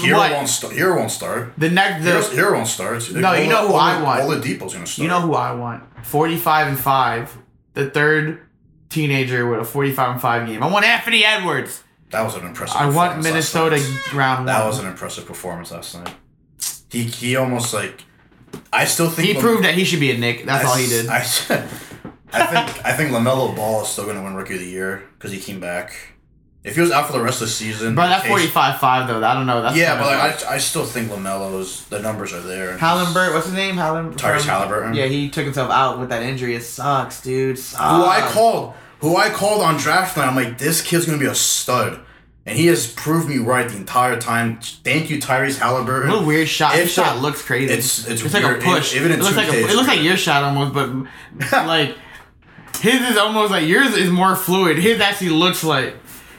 Speaker 1: Hero
Speaker 2: What?
Speaker 1: won't start. Hero won't start.
Speaker 2: The next. The,
Speaker 1: Hero's, Hero won't start.
Speaker 2: No, you know who I want.
Speaker 1: All the Depot's gonna start.
Speaker 2: You know who I want? 45 and 5. The third teenager with a 45 and 5 game. I want Anthony Edwards.
Speaker 1: that was an impressive.
Speaker 2: I want
Speaker 1: performance last
Speaker 2: Minnesota
Speaker 1: night.
Speaker 2: round one.
Speaker 1: That was an impressive performance last night. He he almost like, I still think
Speaker 2: he
Speaker 1: Lam-
Speaker 2: proved that he should be a Nick. That's all he did.
Speaker 1: I, s- I think I think Lamelo Ball is still gonna win Rookie of the Year because he came back. If he was out for the rest of the season,
Speaker 2: Bro, that's
Speaker 1: Case-
Speaker 2: 45 5, though. I don't know. That's
Speaker 1: Yeah,
Speaker 2: kinda
Speaker 1: but
Speaker 2: rough.
Speaker 1: like, I I still think Lamelo's the numbers are there.
Speaker 2: Halliburton, what's his name? Halliburton.
Speaker 1: Tyrese Halliburton.
Speaker 2: Yeah, he took himself out with that injury. It sucks, dude. Sucks.
Speaker 1: who I called, who I called on draft night. I'm like, this kid's gonna be a stud, and he has proved me right the entire time. Thank you, Tyrese Halliburton.
Speaker 2: What a weird shot.
Speaker 1: If
Speaker 2: His shot
Speaker 1: that-
Speaker 2: looks crazy.
Speaker 1: it's- it's
Speaker 2: like
Speaker 1: weird.
Speaker 2: a push.
Speaker 1: Even- even in
Speaker 2: it looks like
Speaker 1: 2K,
Speaker 2: a,
Speaker 1: it's
Speaker 2: it looks like
Speaker 1: weird.
Speaker 2: your shot almost, but like his is almost like yours is more fluid. His actually looks like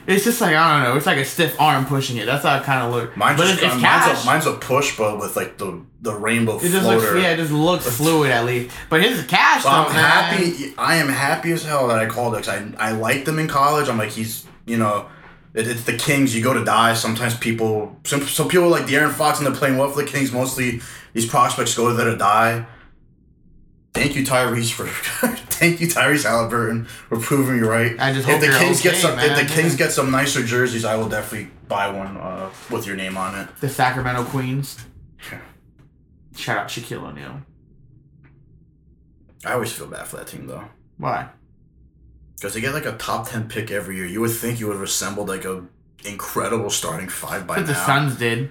Speaker 2: it's just like I don't know. It's like a stiff arm pushing it. That's how it kind of looks.
Speaker 1: Mine's
Speaker 2: but
Speaker 1: just,
Speaker 2: it's, it's
Speaker 1: mine's,
Speaker 2: cash.
Speaker 1: A, mine's a push, but with like the the rainbow
Speaker 2: it just
Speaker 1: floater.
Speaker 2: looks yeah. It just looks fluid at least. But his is cash.
Speaker 1: So I'm
Speaker 2: though, man.
Speaker 1: happy. I am happy as hell that I called it. 'cause I I liked him in college. I'm like he's you know. It, it's the Kings. You go to die. Sometimes people, some, some people like De'Aaron Fox and they're playing well for the Kings. Mostly, these prospects go there to die. Thank you, Tyrese for. thank you, Tyrese Halliburton for proving you right.
Speaker 2: I just
Speaker 1: if
Speaker 2: hope
Speaker 1: the
Speaker 2: you're
Speaker 1: Kings get
Speaker 2: okay,
Speaker 1: some, if
Speaker 2: man.
Speaker 1: the Kings get some nicer jerseys, I will definitely buy one uh, with your name on it.
Speaker 2: The Sacramento Queens.
Speaker 1: Sure.
Speaker 2: Shout out Shaquille O'Neal.
Speaker 1: I always feel bad for that team though.
Speaker 2: Why?
Speaker 1: Because they get like a top ten pick every year. You would think you would have assembled like a incredible starting five by
Speaker 2: But the
Speaker 1: now.
Speaker 2: Suns did.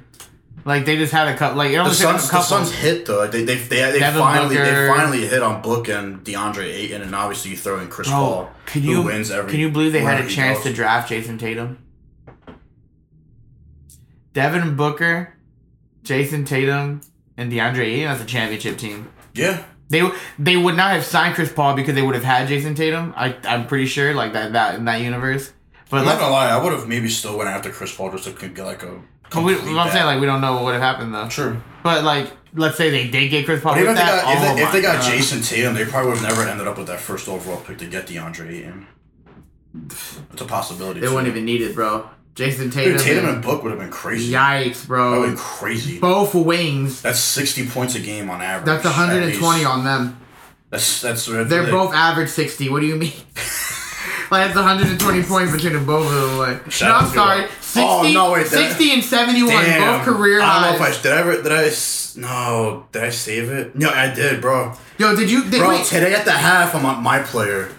Speaker 2: Like they just had a couple. Like it
Speaker 1: the
Speaker 2: only took them a
Speaker 1: Suns, the
Speaker 2: couple.
Speaker 1: Suns hit though. Like, They they they, they
Speaker 2: Devin
Speaker 1: finally
Speaker 2: Booker.
Speaker 1: they finally hit on Book and DeAndre Ayton, and obviously you throw in Chris Paul,
Speaker 2: Bro, can
Speaker 1: who
Speaker 2: you
Speaker 1: wins every.
Speaker 2: can you believe they had
Speaker 1: wherever
Speaker 2: a
Speaker 1: he
Speaker 2: chance
Speaker 1: goes.
Speaker 2: to draft Jason Tatum? Devin Booker, Jason Tatum, and DeAndre Ayton as a championship team.
Speaker 1: Yeah,
Speaker 2: They they would not have signed Chris Paul because they would have had Jason Tatum. I I'm pretty sure like that that in that universe. But
Speaker 1: I'm
Speaker 2: like,
Speaker 1: not gonna lie. I would have maybe still went after Chris Paul just to could get like a.
Speaker 2: but we,
Speaker 1: complete
Speaker 2: I'm saying
Speaker 1: back.
Speaker 2: like we don't know what would have happened though.
Speaker 1: true.
Speaker 2: But like let's say they did get Chris Paul.
Speaker 1: But even
Speaker 2: With
Speaker 1: if they
Speaker 2: that,
Speaker 1: got if
Speaker 2: oh
Speaker 1: they, if
Speaker 2: my
Speaker 1: they got
Speaker 2: God.
Speaker 1: Jason Tatum, they probably would have never ended up with that first overall pick to get DeAndre Ayton. It's a possibility.
Speaker 2: they
Speaker 1: too.
Speaker 2: wouldn't even need it, bro. Jason Tatum.
Speaker 1: Dude, Tatum
Speaker 2: and-
Speaker 1: and Book would have been crazy.
Speaker 2: yikes,
Speaker 1: That would
Speaker 2: bro.
Speaker 1: be crazy.
Speaker 2: Both wings.
Speaker 1: That's sixty points a game on average.
Speaker 2: That's
Speaker 1: at
Speaker 2: 120
Speaker 1: least.
Speaker 2: on them.
Speaker 1: That's that's that's
Speaker 2: They're
Speaker 1: like-
Speaker 2: both average 60. What do you mean? like, that's 120 points between the both of them. Like,
Speaker 1: Shout
Speaker 2: no,
Speaker 1: out
Speaker 2: I'm
Speaker 1: to
Speaker 2: sorry.
Speaker 1: them.
Speaker 2: 60,
Speaker 1: Oh, no, wait, that-
Speaker 2: 60 and 71,
Speaker 1: Damn.
Speaker 2: both career
Speaker 1: I don't know
Speaker 2: highs.
Speaker 1: if I did. I ever, did I s- no? Did I save it? No, I did, bro.
Speaker 2: Yo, did you? Did,
Speaker 1: Bro,
Speaker 2: wait,
Speaker 1: today at the half, I'm on my player.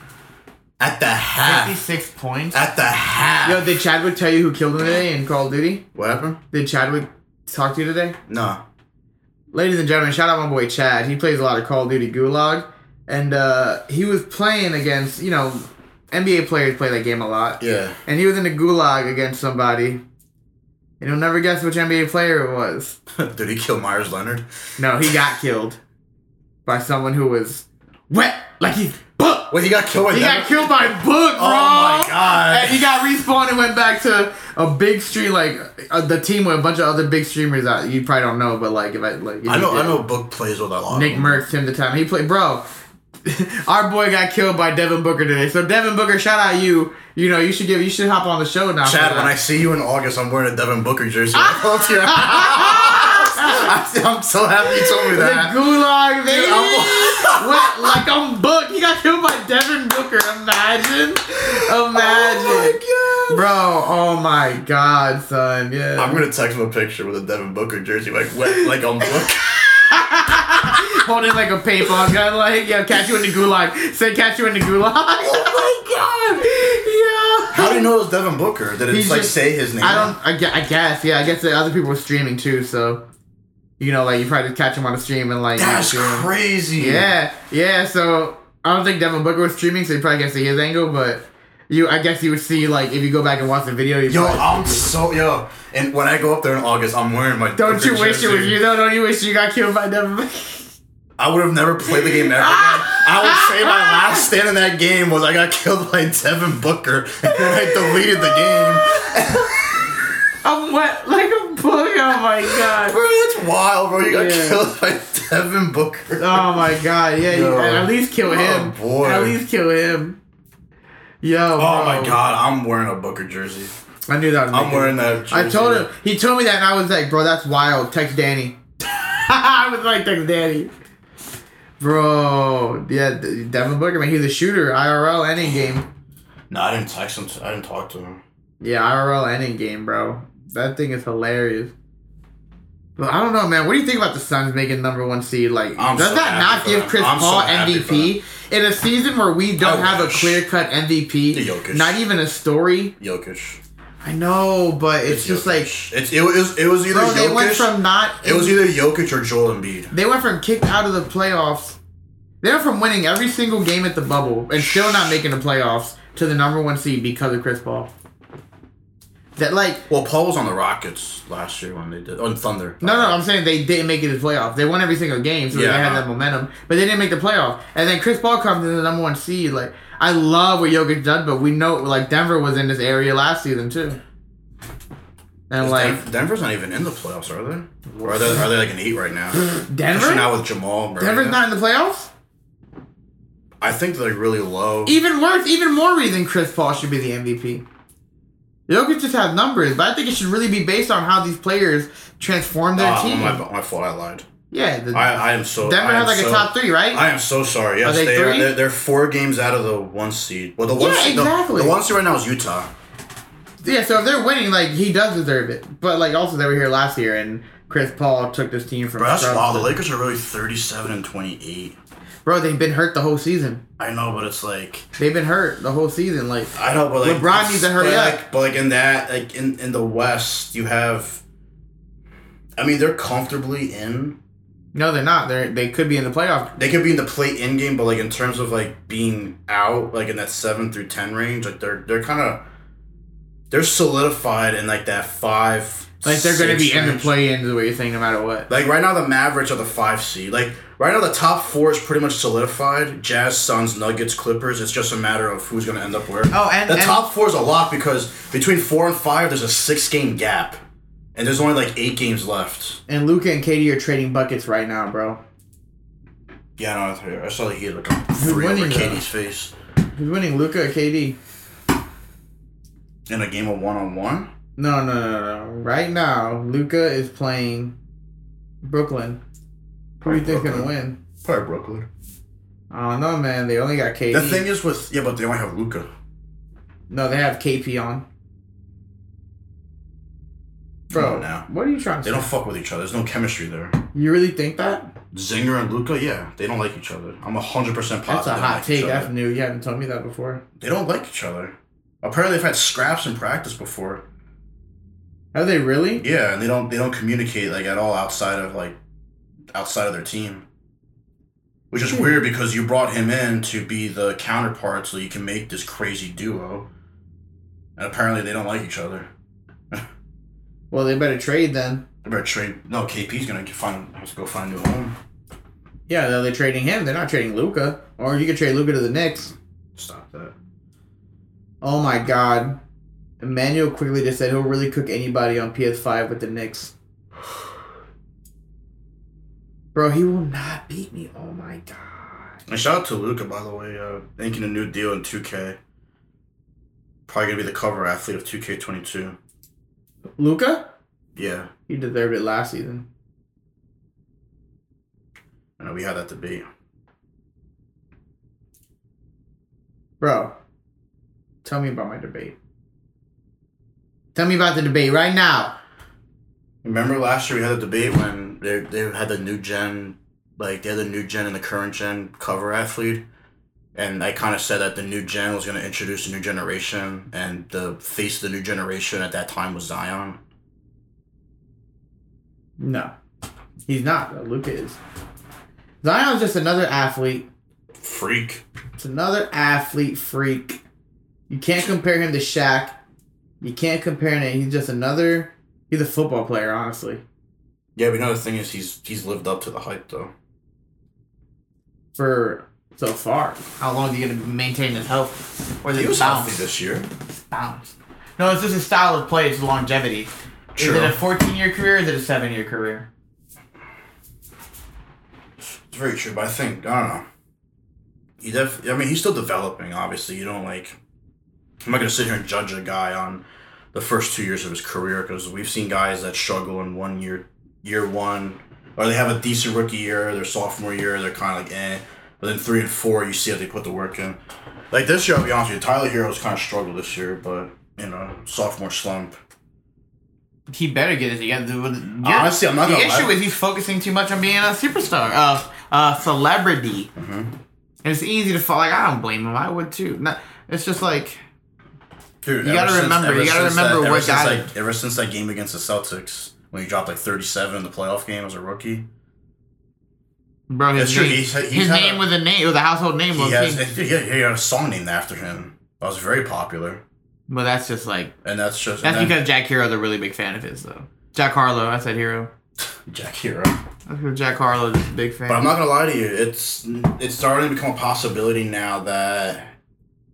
Speaker 1: At the half.
Speaker 2: 56 points.
Speaker 1: At the half.
Speaker 2: Yo, did Chadwick tell you who killed him today in Call of Duty?
Speaker 1: what happened?
Speaker 2: Did Chadwick talk to you today?
Speaker 1: No.
Speaker 2: Ladies and gentlemen, shout out my boy Chad. He plays a lot of Call of Duty Gulag. and uh, he was playing against you know NBA players play that game a lot,
Speaker 1: Yeah.
Speaker 2: and he was in the gulag against somebody. And you'll never guess which NBA player it was.
Speaker 1: Did he kill Myers Leonard?
Speaker 2: No, he got killed by someone who was wet like he's book.
Speaker 1: Wait, he got killed by
Speaker 2: He
Speaker 1: Denver?
Speaker 2: got killed by book, bro.
Speaker 1: Oh my god.
Speaker 2: And he got respawned and went back to a big stream, like uh, the team with a bunch of other big streamers that you probably don't know, but like if I like, if
Speaker 1: I
Speaker 2: you
Speaker 1: know,
Speaker 2: did.
Speaker 1: I know. Book plays with that lot.
Speaker 2: Nick Merckx, Tim the Time. He played, bro. Our boy got killed by Devin Booker today. So Devin Booker, shout out you. You know you should give, you should hop on the show now. for
Speaker 1: Chad, when I
Speaker 2: that.
Speaker 1: see you in August, I'm wearing a Devin Booker jersey.
Speaker 2: Ah.
Speaker 1: I'm so happy you told me that.
Speaker 2: the gulag baby.
Speaker 1: Dude, I'm-
Speaker 2: Wet like I'm booked. He got killed by Devin Booker. Imagine, imagine,
Speaker 1: Oh my God.
Speaker 2: bro. Oh my god, son. Yeah.
Speaker 1: I'm gonna text him a picture with a Devin Booker jersey, like wet, like on book.
Speaker 2: holding like a paintball gun, like, yo, catch you in the gulag. Say, catch you in the gulag. oh my god! Yeah.
Speaker 1: How do you know it was Devin Booker? Did it
Speaker 2: He's
Speaker 1: just, like
Speaker 2: just-
Speaker 1: say his name?
Speaker 2: I don't, I guess, I guess, yeah, I guess the other people were streaming too, so, you know, like, you probably catch him on a stream and, like,
Speaker 1: That's
Speaker 2: you know,
Speaker 1: crazy.
Speaker 2: Yeah, yeah, so, I don't think Devin Booker was streaming, so you probably can't see his angle, but. You, I guess you would see like if you go back and watch the video. You
Speaker 1: Yo,
Speaker 2: probably-
Speaker 1: I'm so yo. And when I go up there in August, I'm wearing my.
Speaker 2: don't
Speaker 1: Booker
Speaker 2: you wish it
Speaker 1: jersey.
Speaker 2: was you though? Don't you wish you got killed by Devin? Booker?
Speaker 1: I would have never played the game ever again. I would say my last stand in that game was I got killed by Devin Booker, and then I deleted the game.
Speaker 2: I'm wet like a book. Oh my god.
Speaker 1: Bro, that's wild, bro. You got
Speaker 2: Yeah.
Speaker 1: killed by Devin Booker.
Speaker 2: Oh my god, yeah, you,
Speaker 1: Yo.
Speaker 2: at least kill
Speaker 1: Oh,
Speaker 2: him.
Speaker 1: boy.
Speaker 2: At least kill him. Yo.
Speaker 1: oh
Speaker 2: bro.
Speaker 1: my god, I'm wearing a Booker jersey.
Speaker 2: I knew that was
Speaker 1: I'm
Speaker 2: making-
Speaker 1: wearing that. Jersey.
Speaker 2: I told him. He told me that and I was like, bro, that's wild. Text Danny. I was like, text Danny. Bro, yeah, D- Devin Booker, man, he's a shooter. IRL ending game.
Speaker 1: No, I didn't text him. t- I didn't talk to him.
Speaker 2: Yeah, IRL ending game, bro. That thing is hilarious. But I don't know, man. What do you think about the Suns making number one seed? Like,
Speaker 1: I'm
Speaker 2: does
Speaker 1: so
Speaker 2: that
Speaker 1: happy
Speaker 2: not
Speaker 1: for
Speaker 2: give
Speaker 1: them.
Speaker 2: Chris
Speaker 1: I'm so
Speaker 2: Paul
Speaker 1: happy for Oh,
Speaker 2: MVP in a season where we don't
Speaker 1: I
Speaker 2: have a
Speaker 1: wish.
Speaker 2: clear cut MVP?
Speaker 1: Jokic.
Speaker 2: Not even a story.
Speaker 1: Jokic.
Speaker 2: I know, but it's, just like,
Speaker 1: Jokic. it's it was it was either
Speaker 2: bro, they went
Speaker 1: Jokic.
Speaker 2: from not.
Speaker 1: it was either Jokic or Joel Embiid.
Speaker 2: They went from kicked out of the playoffs. They went from winning every single game at the bubble and still not making the playoffs to the number one seed because of Chris Paul. That like
Speaker 1: Well, Paul was on the Rockets last year when they did on Thunder.
Speaker 2: no no I'm saying they didn't make it to the playoffs. They won every single game, so they
Speaker 1: Yeah.
Speaker 2: had that momentum, but they didn't make the playoffs. And then Chris Paul comes in the number one seed. Like I love what Jokic done, but we know like Denver was in this area last season too. And
Speaker 1: Is
Speaker 2: like
Speaker 1: Den- Denver's not even in the playoffs, are they? Or are they, are they like an eight right now? Especially
Speaker 2: Denver,
Speaker 1: now with Jamal. Murray.
Speaker 2: Denver's not in the playoffs.
Speaker 1: I think they're really low.
Speaker 2: Even worse, even more reason Chris Paul should be the MVP. Jokic just has numbers, but I think it should really be based on how these players transform their
Speaker 1: Ah,
Speaker 2: team.
Speaker 1: my, my fault. I lied.
Speaker 2: yeah, the,
Speaker 1: I, I am so.
Speaker 2: Denver
Speaker 1: I am
Speaker 2: has like
Speaker 1: so,
Speaker 2: a top three, right?
Speaker 1: I am so sorry. Yes,
Speaker 2: they
Speaker 1: they, are.
Speaker 2: three?
Speaker 1: They're, they're four games out of the one seed. Well, the one
Speaker 2: Yeah,
Speaker 1: seed, the-
Speaker 2: exactly.
Speaker 1: The, one seed right now is Utah.
Speaker 2: yeah, so if they're winning, like he does deserve it. But like also they were here last year, and Chris Paul took this team from.
Speaker 1: Bro, that's
Speaker 2: scrubs
Speaker 1: wild. The
Speaker 2: to-
Speaker 1: Lakers are really thirty-seven and twenty-eight.
Speaker 2: Bro, they've been hurt the whole season.
Speaker 1: I know, but it's like
Speaker 2: They've been hurt the whole season. Like
Speaker 1: I know, but like
Speaker 2: LeBron needs to hurry
Speaker 1: but
Speaker 2: up.
Speaker 1: Like, but like in that, like in in the West, you have. I mean, they're comfortably in
Speaker 2: no, they're not. They they could be in the playoff.
Speaker 1: they could be in the play in game, but like in terms of like being out, like in that seven through ten range, like they're they're kind of they're solidified in like that five.
Speaker 2: Like they're going to
Speaker 1: six
Speaker 2: be in the
Speaker 1: range.
Speaker 2: play in is what you're saying, no matter what.
Speaker 1: Like right now, the Mavericks are the five seed. Like right now, the top four is pretty much solidified: Jazz, Suns, Nuggets, Clippers. It's just a matter of who's going to end up where.
Speaker 2: Oh, and-
Speaker 1: the
Speaker 2: and-
Speaker 1: top four is a lot because between four and five, there's a six game gap, and there's only like eight games left.
Speaker 2: And Luca and Katie are trading buckets right now, bro.
Speaker 1: Yeah, no, I thought you were- I saw the Heat like a three over
Speaker 2: winning, though?
Speaker 1: Katie's face
Speaker 2: Who's winning, Luca or KD?
Speaker 1: in a game of one on one.
Speaker 2: No, no, no, no. Right now, Luca is playing Brooklyn. Who do you think's gonna
Speaker 1: Brooklyn.
Speaker 2: win?
Speaker 1: Probably Brooklyn.
Speaker 2: I don't know, man. They only got KD.
Speaker 1: The thing is with yeah, but they only have Luca.
Speaker 2: no, they have KP on.
Speaker 1: Come
Speaker 2: Bro,
Speaker 1: on now.
Speaker 2: what are you trying
Speaker 1: Oh, They
Speaker 2: to
Speaker 1: don't
Speaker 2: say?
Speaker 1: fuck with each other. There's no chemistry there.
Speaker 2: You really think that?
Speaker 1: Zinger and Luca, yeah, they don't like each other. I'm hundred percent positive.
Speaker 2: That's a
Speaker 1: they
Speaker 2: hot
Speaker 1: like
Speaker 2: take.
Speaker 1: each other.
Speaker 2: That's new. You haven't told me that before.
Speaker 1: They don't like each other. Apparently, they've had scraps in practice before.
Speaker 2: Are they really?
Speaker 1: Yeah, and they don't they don't communicate like at all outside of like outside of their team. which is weird because you brought him in to be the counterpart so you can make this crazy duo, and apparently they don't like each other.
Speaker 3: Well, they better trade then.
Speaker 1: They better trade. No, KP's gonna get- find has to go find a new home.
Speaker 3: Yeah, though they're trading him. They're not trading Luca. Or you could trade Luca to the Knicks.
Speaker 1: Stop that.
Speaker 3: Oh my God. Emmanuel quickly just said he'll really cook anybody on PS5 with the Knicks. Bro, he will not beat me. Oh my God.
Speaker 1: And shout out to Luca, by the way, uh, inking a new deal in 2K. Probably gonna be the cover athlete of 2K22.
Speaker 3: Luca?
Speaker 1: Yeah,
Speaker 3: He deserved it last season.
Speaker 1: I know we had that debate.
Speaker 3: Bro, tell me about my debate. Tell me about the debate right now.
Speaker 1: Remember last year we had a debate when they they had the new gen, like they had the new gen and the current gen cover athlete, and I kind of said that the new gen was gonna introduce a new generation, and the face of the new generation at that time was Zion.
Speaker 3: No, he's not. Though. Luca is. Zion's just another athlete.
Speaker 1: Freak.
Speaker 3: It's another athlete freak. You can't compare him to Shaq. You can't compare him. He's just another. He's a football player, honestly.
Speaker 1: Yeah, but you know the thing is he's he's lived up to the hype though.
Speaker 3: For so far,
Speaker 2: How long are you gonna maintain his health? Or
Speaker 1: He
Speaker 2: the
Speaker 1: was healthy
Speaker 2: bounce?
Speaker 1: this year.
Speaker 2: Bounce. No, it's just his style of play. It's longevity.
Speaker 1: True.
Speaker 2: Is it a 14 year career? Or is it a seven year career?
Speaker 1: It's very true, but I think I don't know. He def. I mean, he's still developing. Obviously, you don't like. I'm not gonna sit here and judge a guy on the first two years of his career because we've seen guys that struggle in one year, year one, or they have a decent rookie year, their sophomore year, they're kind of like eh, but then three and four, you see how they put the work in. Like this year, I'll be honest with you, Tyler Hero's kind of struggled this year, but you know, sophomore slump.
Speaker 2: He better get it together. The-
Speaker 1: Honestly, I'm not
Speaker 2: The
Speaker 1: gonna
Speaker 2: issue
Speaker 1: lie.
Speaker 2: is he's focusing too much on being a superstar, uh, a celebrity.
Speaker 1: Mhm.
Speaker 2: And it's easy to fall. Like I don't blame him. I would too. No, it's just like
Speaker 1: Dude,
Speaker 2: You
Speaker 1: ever
Speaker 2: gotta
Speaker 1: since-
Speaker 2: remember- you
Speaker 1: ever
Speaker 2: gotta
Speaker 1: since that-
Speaker 2: remember
Speaker 1: ever
Speaker 2: what
Speaker 1: since
Speaker 2: got
Speaker 1: that- ever since that game against the Celtics when he dropped like 37 in the playoff game as a rookie,
Speaker 2: bro. His
Speaker 1: That's true.
Speaker 2: name,
Speaker 1: He's- he's
Speaker 2: his
Speaker 1: had
Speaker 2: name
Speaker 1: a-
Speaker 2: was a name. It was a household name.
Speaker 1: he
Speaker 2: was
Speaker 1: has
Speaker 2: he?
Speaker 1: he, he had a song named after him that was very popular,
Speaker 2: But that's just like
Speaker 1: and that's just
Speaker 2: that's
Speaker 1: and then
Speaker 2: because Jack Hero's a really big fan of his though. Jack Harlow. I said Hero.
Speaker 1: Jack Hero.
Speaker 2: That's because Jack Harlow's a big fan.
Speaker 1: But I'm not gonna lie to you, it's it's starting to become a possibility now that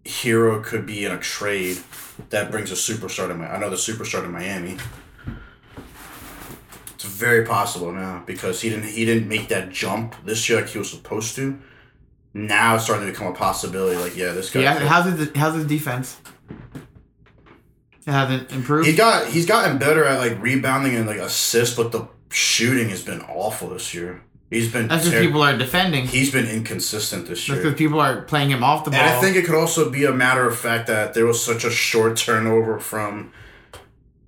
Speaker 1: Hero could be in a trade that brings a superstar to my. I know the superstar to Miami. It's very possible now because he didn't he didn't make that jump this year like he was supposed to. Now it's starting to become a possibility. Like yeah, this guy.
Speaker 2: Yeah, how's his how's his defense? It hasn't improved.
Speaker 1: He got he's gotten better at like rebounding and like assists, but the shooting has been awful this year. He's been
Speaker 2: that's because
Speaker 1: ter-
Speaker 2: people are defending.
Speaker 1: he's been inconsistent this
Speaker 2: That's
Speaker 1: year.
Speaker 2: because people are playing him off the ball.
Speaker 1: And I think it could also be a matter of fact that there was such a short turnover from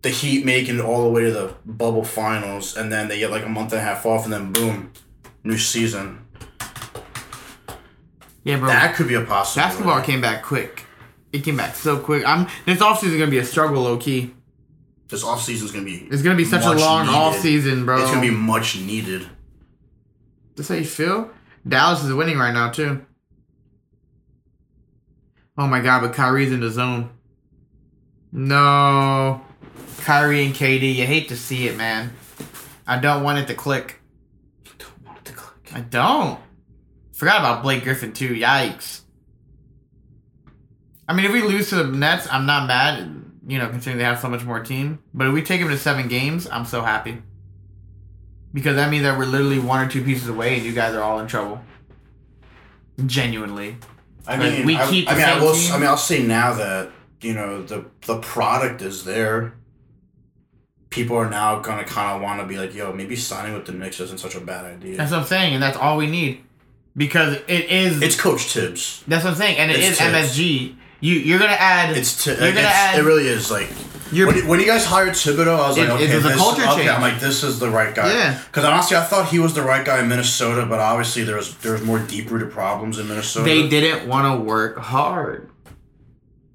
Speaker 1: the Heat making it all the way to the bubble finals, and then they get like a month and a half off, and then boom, new season.
Speaker 2: yeah, bro.
Speaker 1: That could be a possibility.
Speaker 2: Basketball came back quick. It came back so quick. I'm this offseason gonna be a struggle, low key.
Speaker 1: This offseason is going to be.
Speaker 2: It's gonna be such
Speaker 1: much
Speaker 2: a long
Speaker 1: needed.
Speaker 2: off offseason, bro.
Speaker 1: It's going to be much needed.
Speaker 2: That's how you feel. Dallas is winning right now too. Oh my god, but Kyrie's in the zone. No, Kyrie and KD. You hate to see it, man. I don't want it to click.
Speaker 1: Don't want it to click.
Speaker 2: I don't. Forgot about Blake Griffin too. Yikes. I mean, if we lose to the Nets, I'm not mad. You know, considering they have so much more team. But if we take them to seven games, I'm so happy. Because that means that we're literally one or two pieces away, and you guys are all in trouble. Genuinely,
Speaker 1: I
Speaker 2: Like,
Speaker 1: mean,
Speaker 2: we
Speaker 1: I,
Speaker 2: keep
Speaker 1: I
Speaker 2: the
Speaker 1: mean, I
Speaker 2: same
Speaker 1: will.
Speaker 2: team.
Speaker 1: I mean, I'll say now that you know the the product is there. People are now gonna kind of want to be like, yo, maybe signing with the Knicks isn't such a bad idea.
Speaker 2: that's what I'm saying, and that's all we need. Because it is.
Speaker 1: It's Coach Tibbs.
Speaker 2: that's what I'm saying, and it
Speaker 1: it's
Speaker 2: is
Speaker 1: tips.
Speaker 2: MSG. You you're gonna add.
Speaker 1: It's t-
Speaker 2: you're gonna
Speaker 1: it's-
Speaker 2: add.
Speaker 1: it really is like
Speaker 2: your,
Speaker 1: when, when you guys hired Thibodeau, I was like,
Speaker 2: It- it
Speaker 1: okay,
Speaker 2: was a
Speaker 1: this,
Speaker 2: culture
Speaker 1: okay,
Speaker 2: change.
Speaker 1: I'm like, this is the right guy.
Speaker 2: Yeah.
Speaker 1: Because honestly, I thought he was the right guy in Minnesota, but obviously there was there was more deep rooted problems in Minnesota.
Speaker 2: they didn't want to work hard.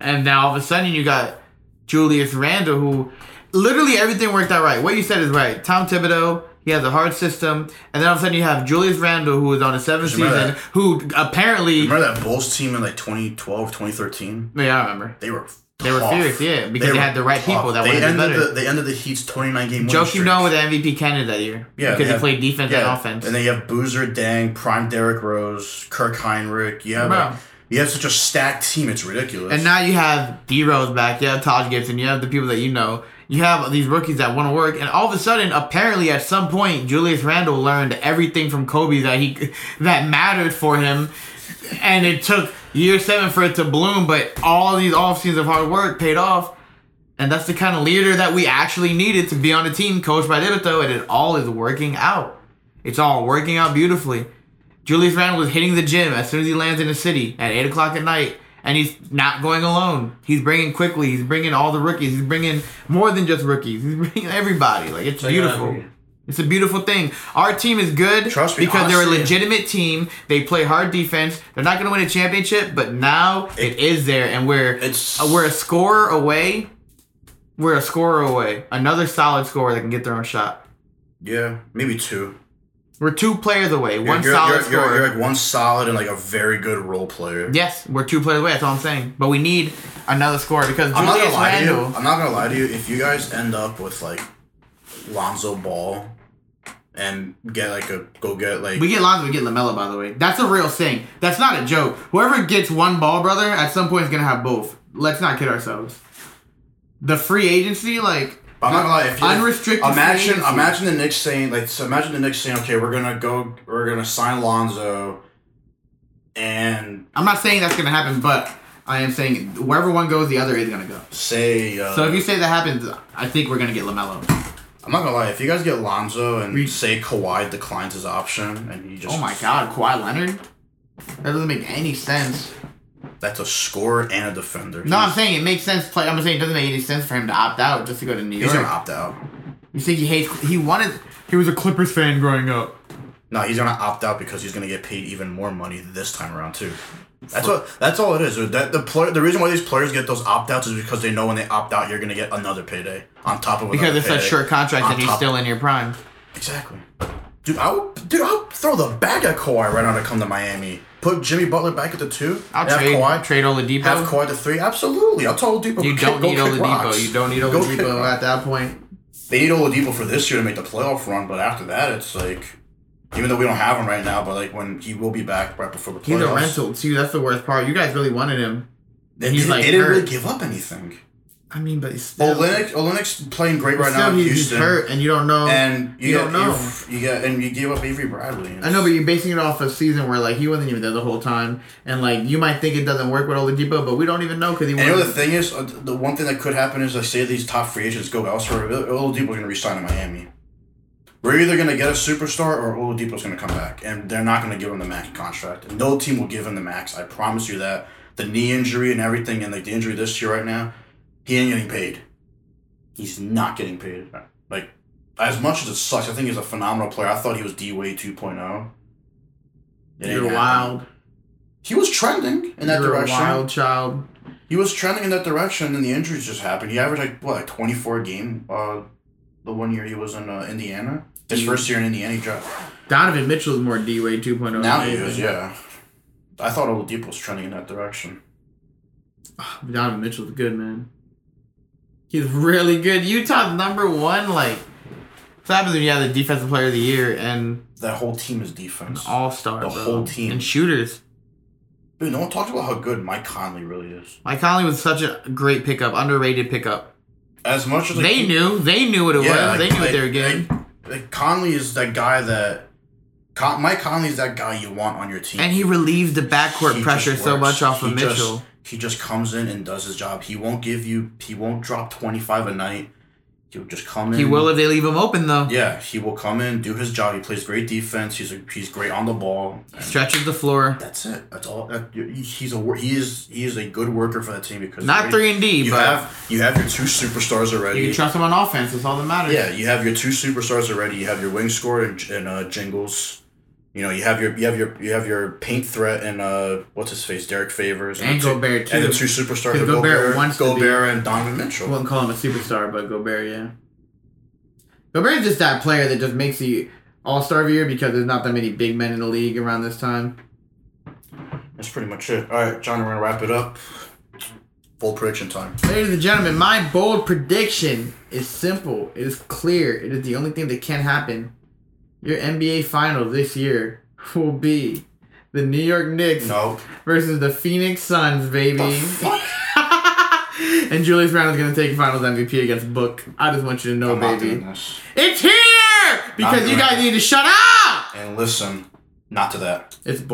Speaker 2: And now all of a sudden you got Julius Randle who literally everything worked out right. What you said is right. Tom Thibodeau, He has a hard system, and then all of a sudden you have Julius Randle, who is on his seventh
Speaker 1: Remember
Speaker 2: season, who apparently
Speaker 1: Remember that Bulls team in like 2012, 2013?
Speaker 2: yeah, I remember
Speaker 1: They were
Speaker 2: they were
Speaker 1: tough.
Speaker 2: furious, yeah, because they,
Speaker 1: were
Speaker 2: had the right
Speaker 1: tough.
Speaker 2: people that
Speaker 1: they
Speaker 2: wanted to
Speaker 1: ended
Speaker 2: better.
Speaker 1: The, they ended the Heat's 29 game
Speaker 2: Joe
Speaker 1: winning
Speaker 2: Kim
Speaker 1: streak.
Speaker 2: Noah with the MVP candidate that year.
Speaker 1: Yeah,
Speaker 2: Because
Speaker 1: they
Speaker 2: he
Speaker 1: had-
Speaker 2: played defense and offense.
Speaker 1: And then you have Boozer, Dang, Prime Derrick Rose, Kirk Heinrich. You have,
Speaker 2: Wow.
Speaker 1: like, you have such a stacked team. It's ridiculous.
Speaker 2: And now you have D Rose back, you have Taj Gibson, you have the people that you know. You have these rookies that want to work, and all of a sudden, apparently, at some point, Julius Randle learned everything from Kobe that he that mattered for him, and it took year seven for it to bloom. But all these off seasons of hard work paid off, and that's the kind of leader that we actually needed to be on a team coached by Thibodeau, and it all is working out. It's all working out beautifully. Julius Randle was hitting the gym as soon as he lands in the city at eight o'clock at night, and he's not going alone. He's bringing quickly. He's bringing all the rookies. He's bringing more than just rookies. He's bringing everybody. Like it's
Speaker 4: Like, uh,
Speaker 2: beautiful. It's a beautiful thing. Our team is good
Speaker 1: Trust me,
Speaker 2: because they're a
Speaker 1: honestly-
Speaker 2: legitimate team. They play hard defense. They're not going to win a championship, but now it is there, and we're
Speaker 1: It's-
Speaker 2: uh, we're a scorer away. We're a scorer away. Another solid scorer that can get their own shot.
Speaker 1: yeah, maybe two.
Speaker 2: We're two players away.
Speaker 1: You're-
Speaker 2: One
Speaker 1: you're,
Speaker 2: solid
Speaker 1: you're,
Speaker 2: scorer.
Speaker 1: you're, you're like one solid and like a very good role player.
Speaker 2: Yes, we're two players away. That's all I'm saying. But we need another scorer because
Speaker 1: I'm not gonna
Speaker 2: Julius
Speaker 1: lie to you.
Speaker 2: Randle.
Speaker 1: I'm not gonna lie to you. If you guys end up with like Lonzo Ball and get like a go get like
Speaker 2: We get Lonzo, we get Lamelo. By the way, that's a real thing. That's not a joke. Whoever gets one ball, brother, at some point is gonna have both. Let's not kid ourselves. The free agency, like
Speaker 1: I'm not gonna lie. If you,
Speaker 2: Unrestricted
Speaker 1: Imagine,
Speaker 2: free agency.
Speaker 1: imagine the Knicks saying, like, so imagine the Knicks saying, okay, we're gonna go, we're gonna sign Lonzo, and
Speaker 2: I'm not saying that's gonna happen, but I am saying wherever one goes, the other is gonna go.
Speaker 1: say, uh,
Speaker 2: So if you say that happens, I think we're gonna get Lamelo.
Speaker 1: I'm not gonna lie. If you guys get Lonzo and say Kawhi declines his option, and he just,
Speaker 2: Oh my God, Kawhi Leonard. That doesn't make any sense.
Speaker 1: that's a scorer and a defender.
Speaker 2: No, I'm
Speaker 1: he's,
Speaker 2: saying it makes sense. Play. I'm saying it doesn't make any sense for him to opt out just to go to New York.
Speaker 1: he's gonna opt out.
Speaker 2: You think he hates? He wanted. He was a Clippers fan growing up.
Speaker 1: No, he's gonna opt out because he's gonna get paid even more money this time around too. That's what. That's all it is. That the player, the reason why these players get those opt outs is because they know when they opt out, you're gonna get another payday on top of
Speaker 2: Because
Speaker 1: another
Speaker 2: it's such
Speaker 1: payday.
Speaker 2: short contracts
Speaker 1: On
Speaker 2: and he's
Speaker 1: top-
Speaker 2: still in your prime.
Speaker 1: Exactly. Dude, I'll dude, I'll throw the bag at Kawhi right now to come to Miami. Put Jimmy Butler back at the two.
Speaker 2: I'll
Speaker 1: have
Speaker 2: trade
Speaker 1: Kawhi.
Speaker 2: trade Oladipo.
Speaker 1: have Kawhi at the three. Absolutely. I'll tell Oladipo.
Speaker 2: you
Speaker 1: kick-
Speaker 2: don't
Speaker 1: go
Speaker 2: need
Speaker 1: kick
Speaker 2: Oladipo.
Speaker 1: rocks.
Speaker 2: You don't need
Speaker 1: Go kick
Speaker 2: Oladipo
Speaker 1: rocks.
Speaker 2: at that point.
Speaker 1: They need Oladipo for this year to make the playoff run, but after that, it's like, even though we don't have him right now, but like when he will be back right before the playoffs.
Speaker 2: He's a rental too. That's the worst part. You guys really wanted him.
Speaker 1: They,
Speaker 2: He's,
Speaker 1: didn't,
Speaker 2: like,
Speaker 1: they didn't really
Speaker 2: hurt.
Speaker 1: give up anything.
Speaker 2: I mean, but he's still,
Speaker 1: Olenek, Olenek's playing great right
Speaker 2: still
Speaker 1: now in
Speaker 2: he's just
Speaker 1: Houston,
Speaker 2: hurt, and you don't know.
Speaker 1: and you,
Speaker 2: You
Speaker 1: get-
Speaker 2: don't know.
Speaker 1: You, you get and you gave up Avery Bradley.
Speaker 2: I know, but you're basing it off a season where like he wasn't even there the whole time, and like you might think it doesn't work with Oladipo, but we don't even know because he
Speaker 1: And you know the
Speaker 2: wasn't.
Speaker 1: thing is, uh, the one thing that could happen is, like, say these top free agents go elsewhere, Oladipo's going to resign in Miami. We're either going to get a superstar or Oladipo's going to come back, and they're not going to give him the max contract. And no team will give him the max. I promise you that. The knee injury and everything, and like the injury this year right now, he ain't getting paid. He's not getting paid. Like as much as it sucks, I think he's a phenomenal player. I thought he was D Wade 2.0. It ain't
Speaker 2: You're
Speaker 1: happening.
Speaker 2: wild.
Speaker 1: He was trending in that
Speaker 2: You're a
Speaker 1: direction.
Speaker 2: wild child.
Speaker 1: He was trending in that direction, and the injuries just happened. He averaged like what, like twenty four a game. Uh, the one year he was in uh, Indiana, his first year in Indiana, he dropped.
Speaker 2: Donovan Mitchell is more D Wade 2.0.
Speaker 1: Now
Speaker 2: than
Speaker 1: he
Speaker 2: anything.
Speaker 1: is, yeah. I thought Oladipo was trending in that direction.
Speaker 2: Donovan Mitchell's good, man. He's really good. Utah's number one. Like, that's what happens when you have the defensive player of the year and
Speaker 1: That whole team is defense.
Speaker 2: all star.
Speaker 1: The whole team.
Speaker 2: and shooters.
Speaker 1: Dude, no one talks about how good Mike Conley really is.
Speaker 2: Mike Conley was such a great pickup, underrated pickup.
Speaker 1: As much as like,
Speaker 2: They knew. They knew what it was.
Speaker 1: like-
Speaker 2: they knew
Speaker 1: like-
Speaker 2: what they were getting.
Speaker 1: Like, like Conley is that guy that. Con- Mike Conley is that guy you want on your team.
Speaker 2: and he relieved the backcourt
Speaker 1: He
Speaker 2: pressure
Speaker 1: just
Speaker 2: so
Speaker 1: works.
Speaker 2: much off of
Speaker 1: He just-
Speaker 2: Mitchell.
Speaker 1: he just comes in and does his job. He won't give you. He won't drop twenty five a night. He'll just come in.
Speaker 2: he will if they leave him open though.
Speaker 1: Yeah, he will come in, do his job. He plays great defense. He's a, he's great on the ball. And
Speaker 2: Stretches the floor.
Speaker 1: that's it. That's all. that- He's a wor- he is he is a good worker for that team because
Speaker 2: Not three and D,
Speaker 1: You
Speaker 2: but
Speaker 1: have you have your two superstars already.
Speaker 2: you can trust him on offense. That's all that matters.
Speaker 1: Yeah, you have your two superstars already. You have your wing scorer and, and uh, Jingles. You know, you have your you have your you have your paint threat and uh, what's his face, Derek Favors,
Speaker 2: And
Speaker 1: the two-
Speaker 2: Gobert, too.
Speaker 1: and the two superstars,
Speaker 2: Because
Speaker 1: of
Speaker 2: Gobert
Speaker 1: Gobert, Gobert,
Speaker 2: wants to be-
Speaker 1: and Donovan Mitchell.
Speaker 2: I wouldn't call him a superstar, but Gobert, yeah. Gobert's just that player that just makes the All Star of the year because there's not that many big men in the league around this time.
Speaker 1: That's pretty much it. All right, John, we're gonna wrap it up. Full prediction time.
Speaker 2: Ladies and gentlemen, my bold prediction is simple. It is clear. It is the only thing that can happen. Your NBA final this year will be the New York Knicks
Speaker 1: No.
Speaker 2: versus the Phoenix Suns, baby.
Speaker 1: fuck?
Speaker 2: and Julius Randle's gonna take Finals MVP against Book. I just want you to know,
Speaker 1: I'm not doing
Speaker 2: baby,
Speaker 1: this.
Speaker 2: it's here because you
Speaker 1: doing
Speaker 2: guys
Speaker 1: it.
Speaker 2: need to shut up.
Speaker 1: And listen, not to that.
Speaker 2: It's bull.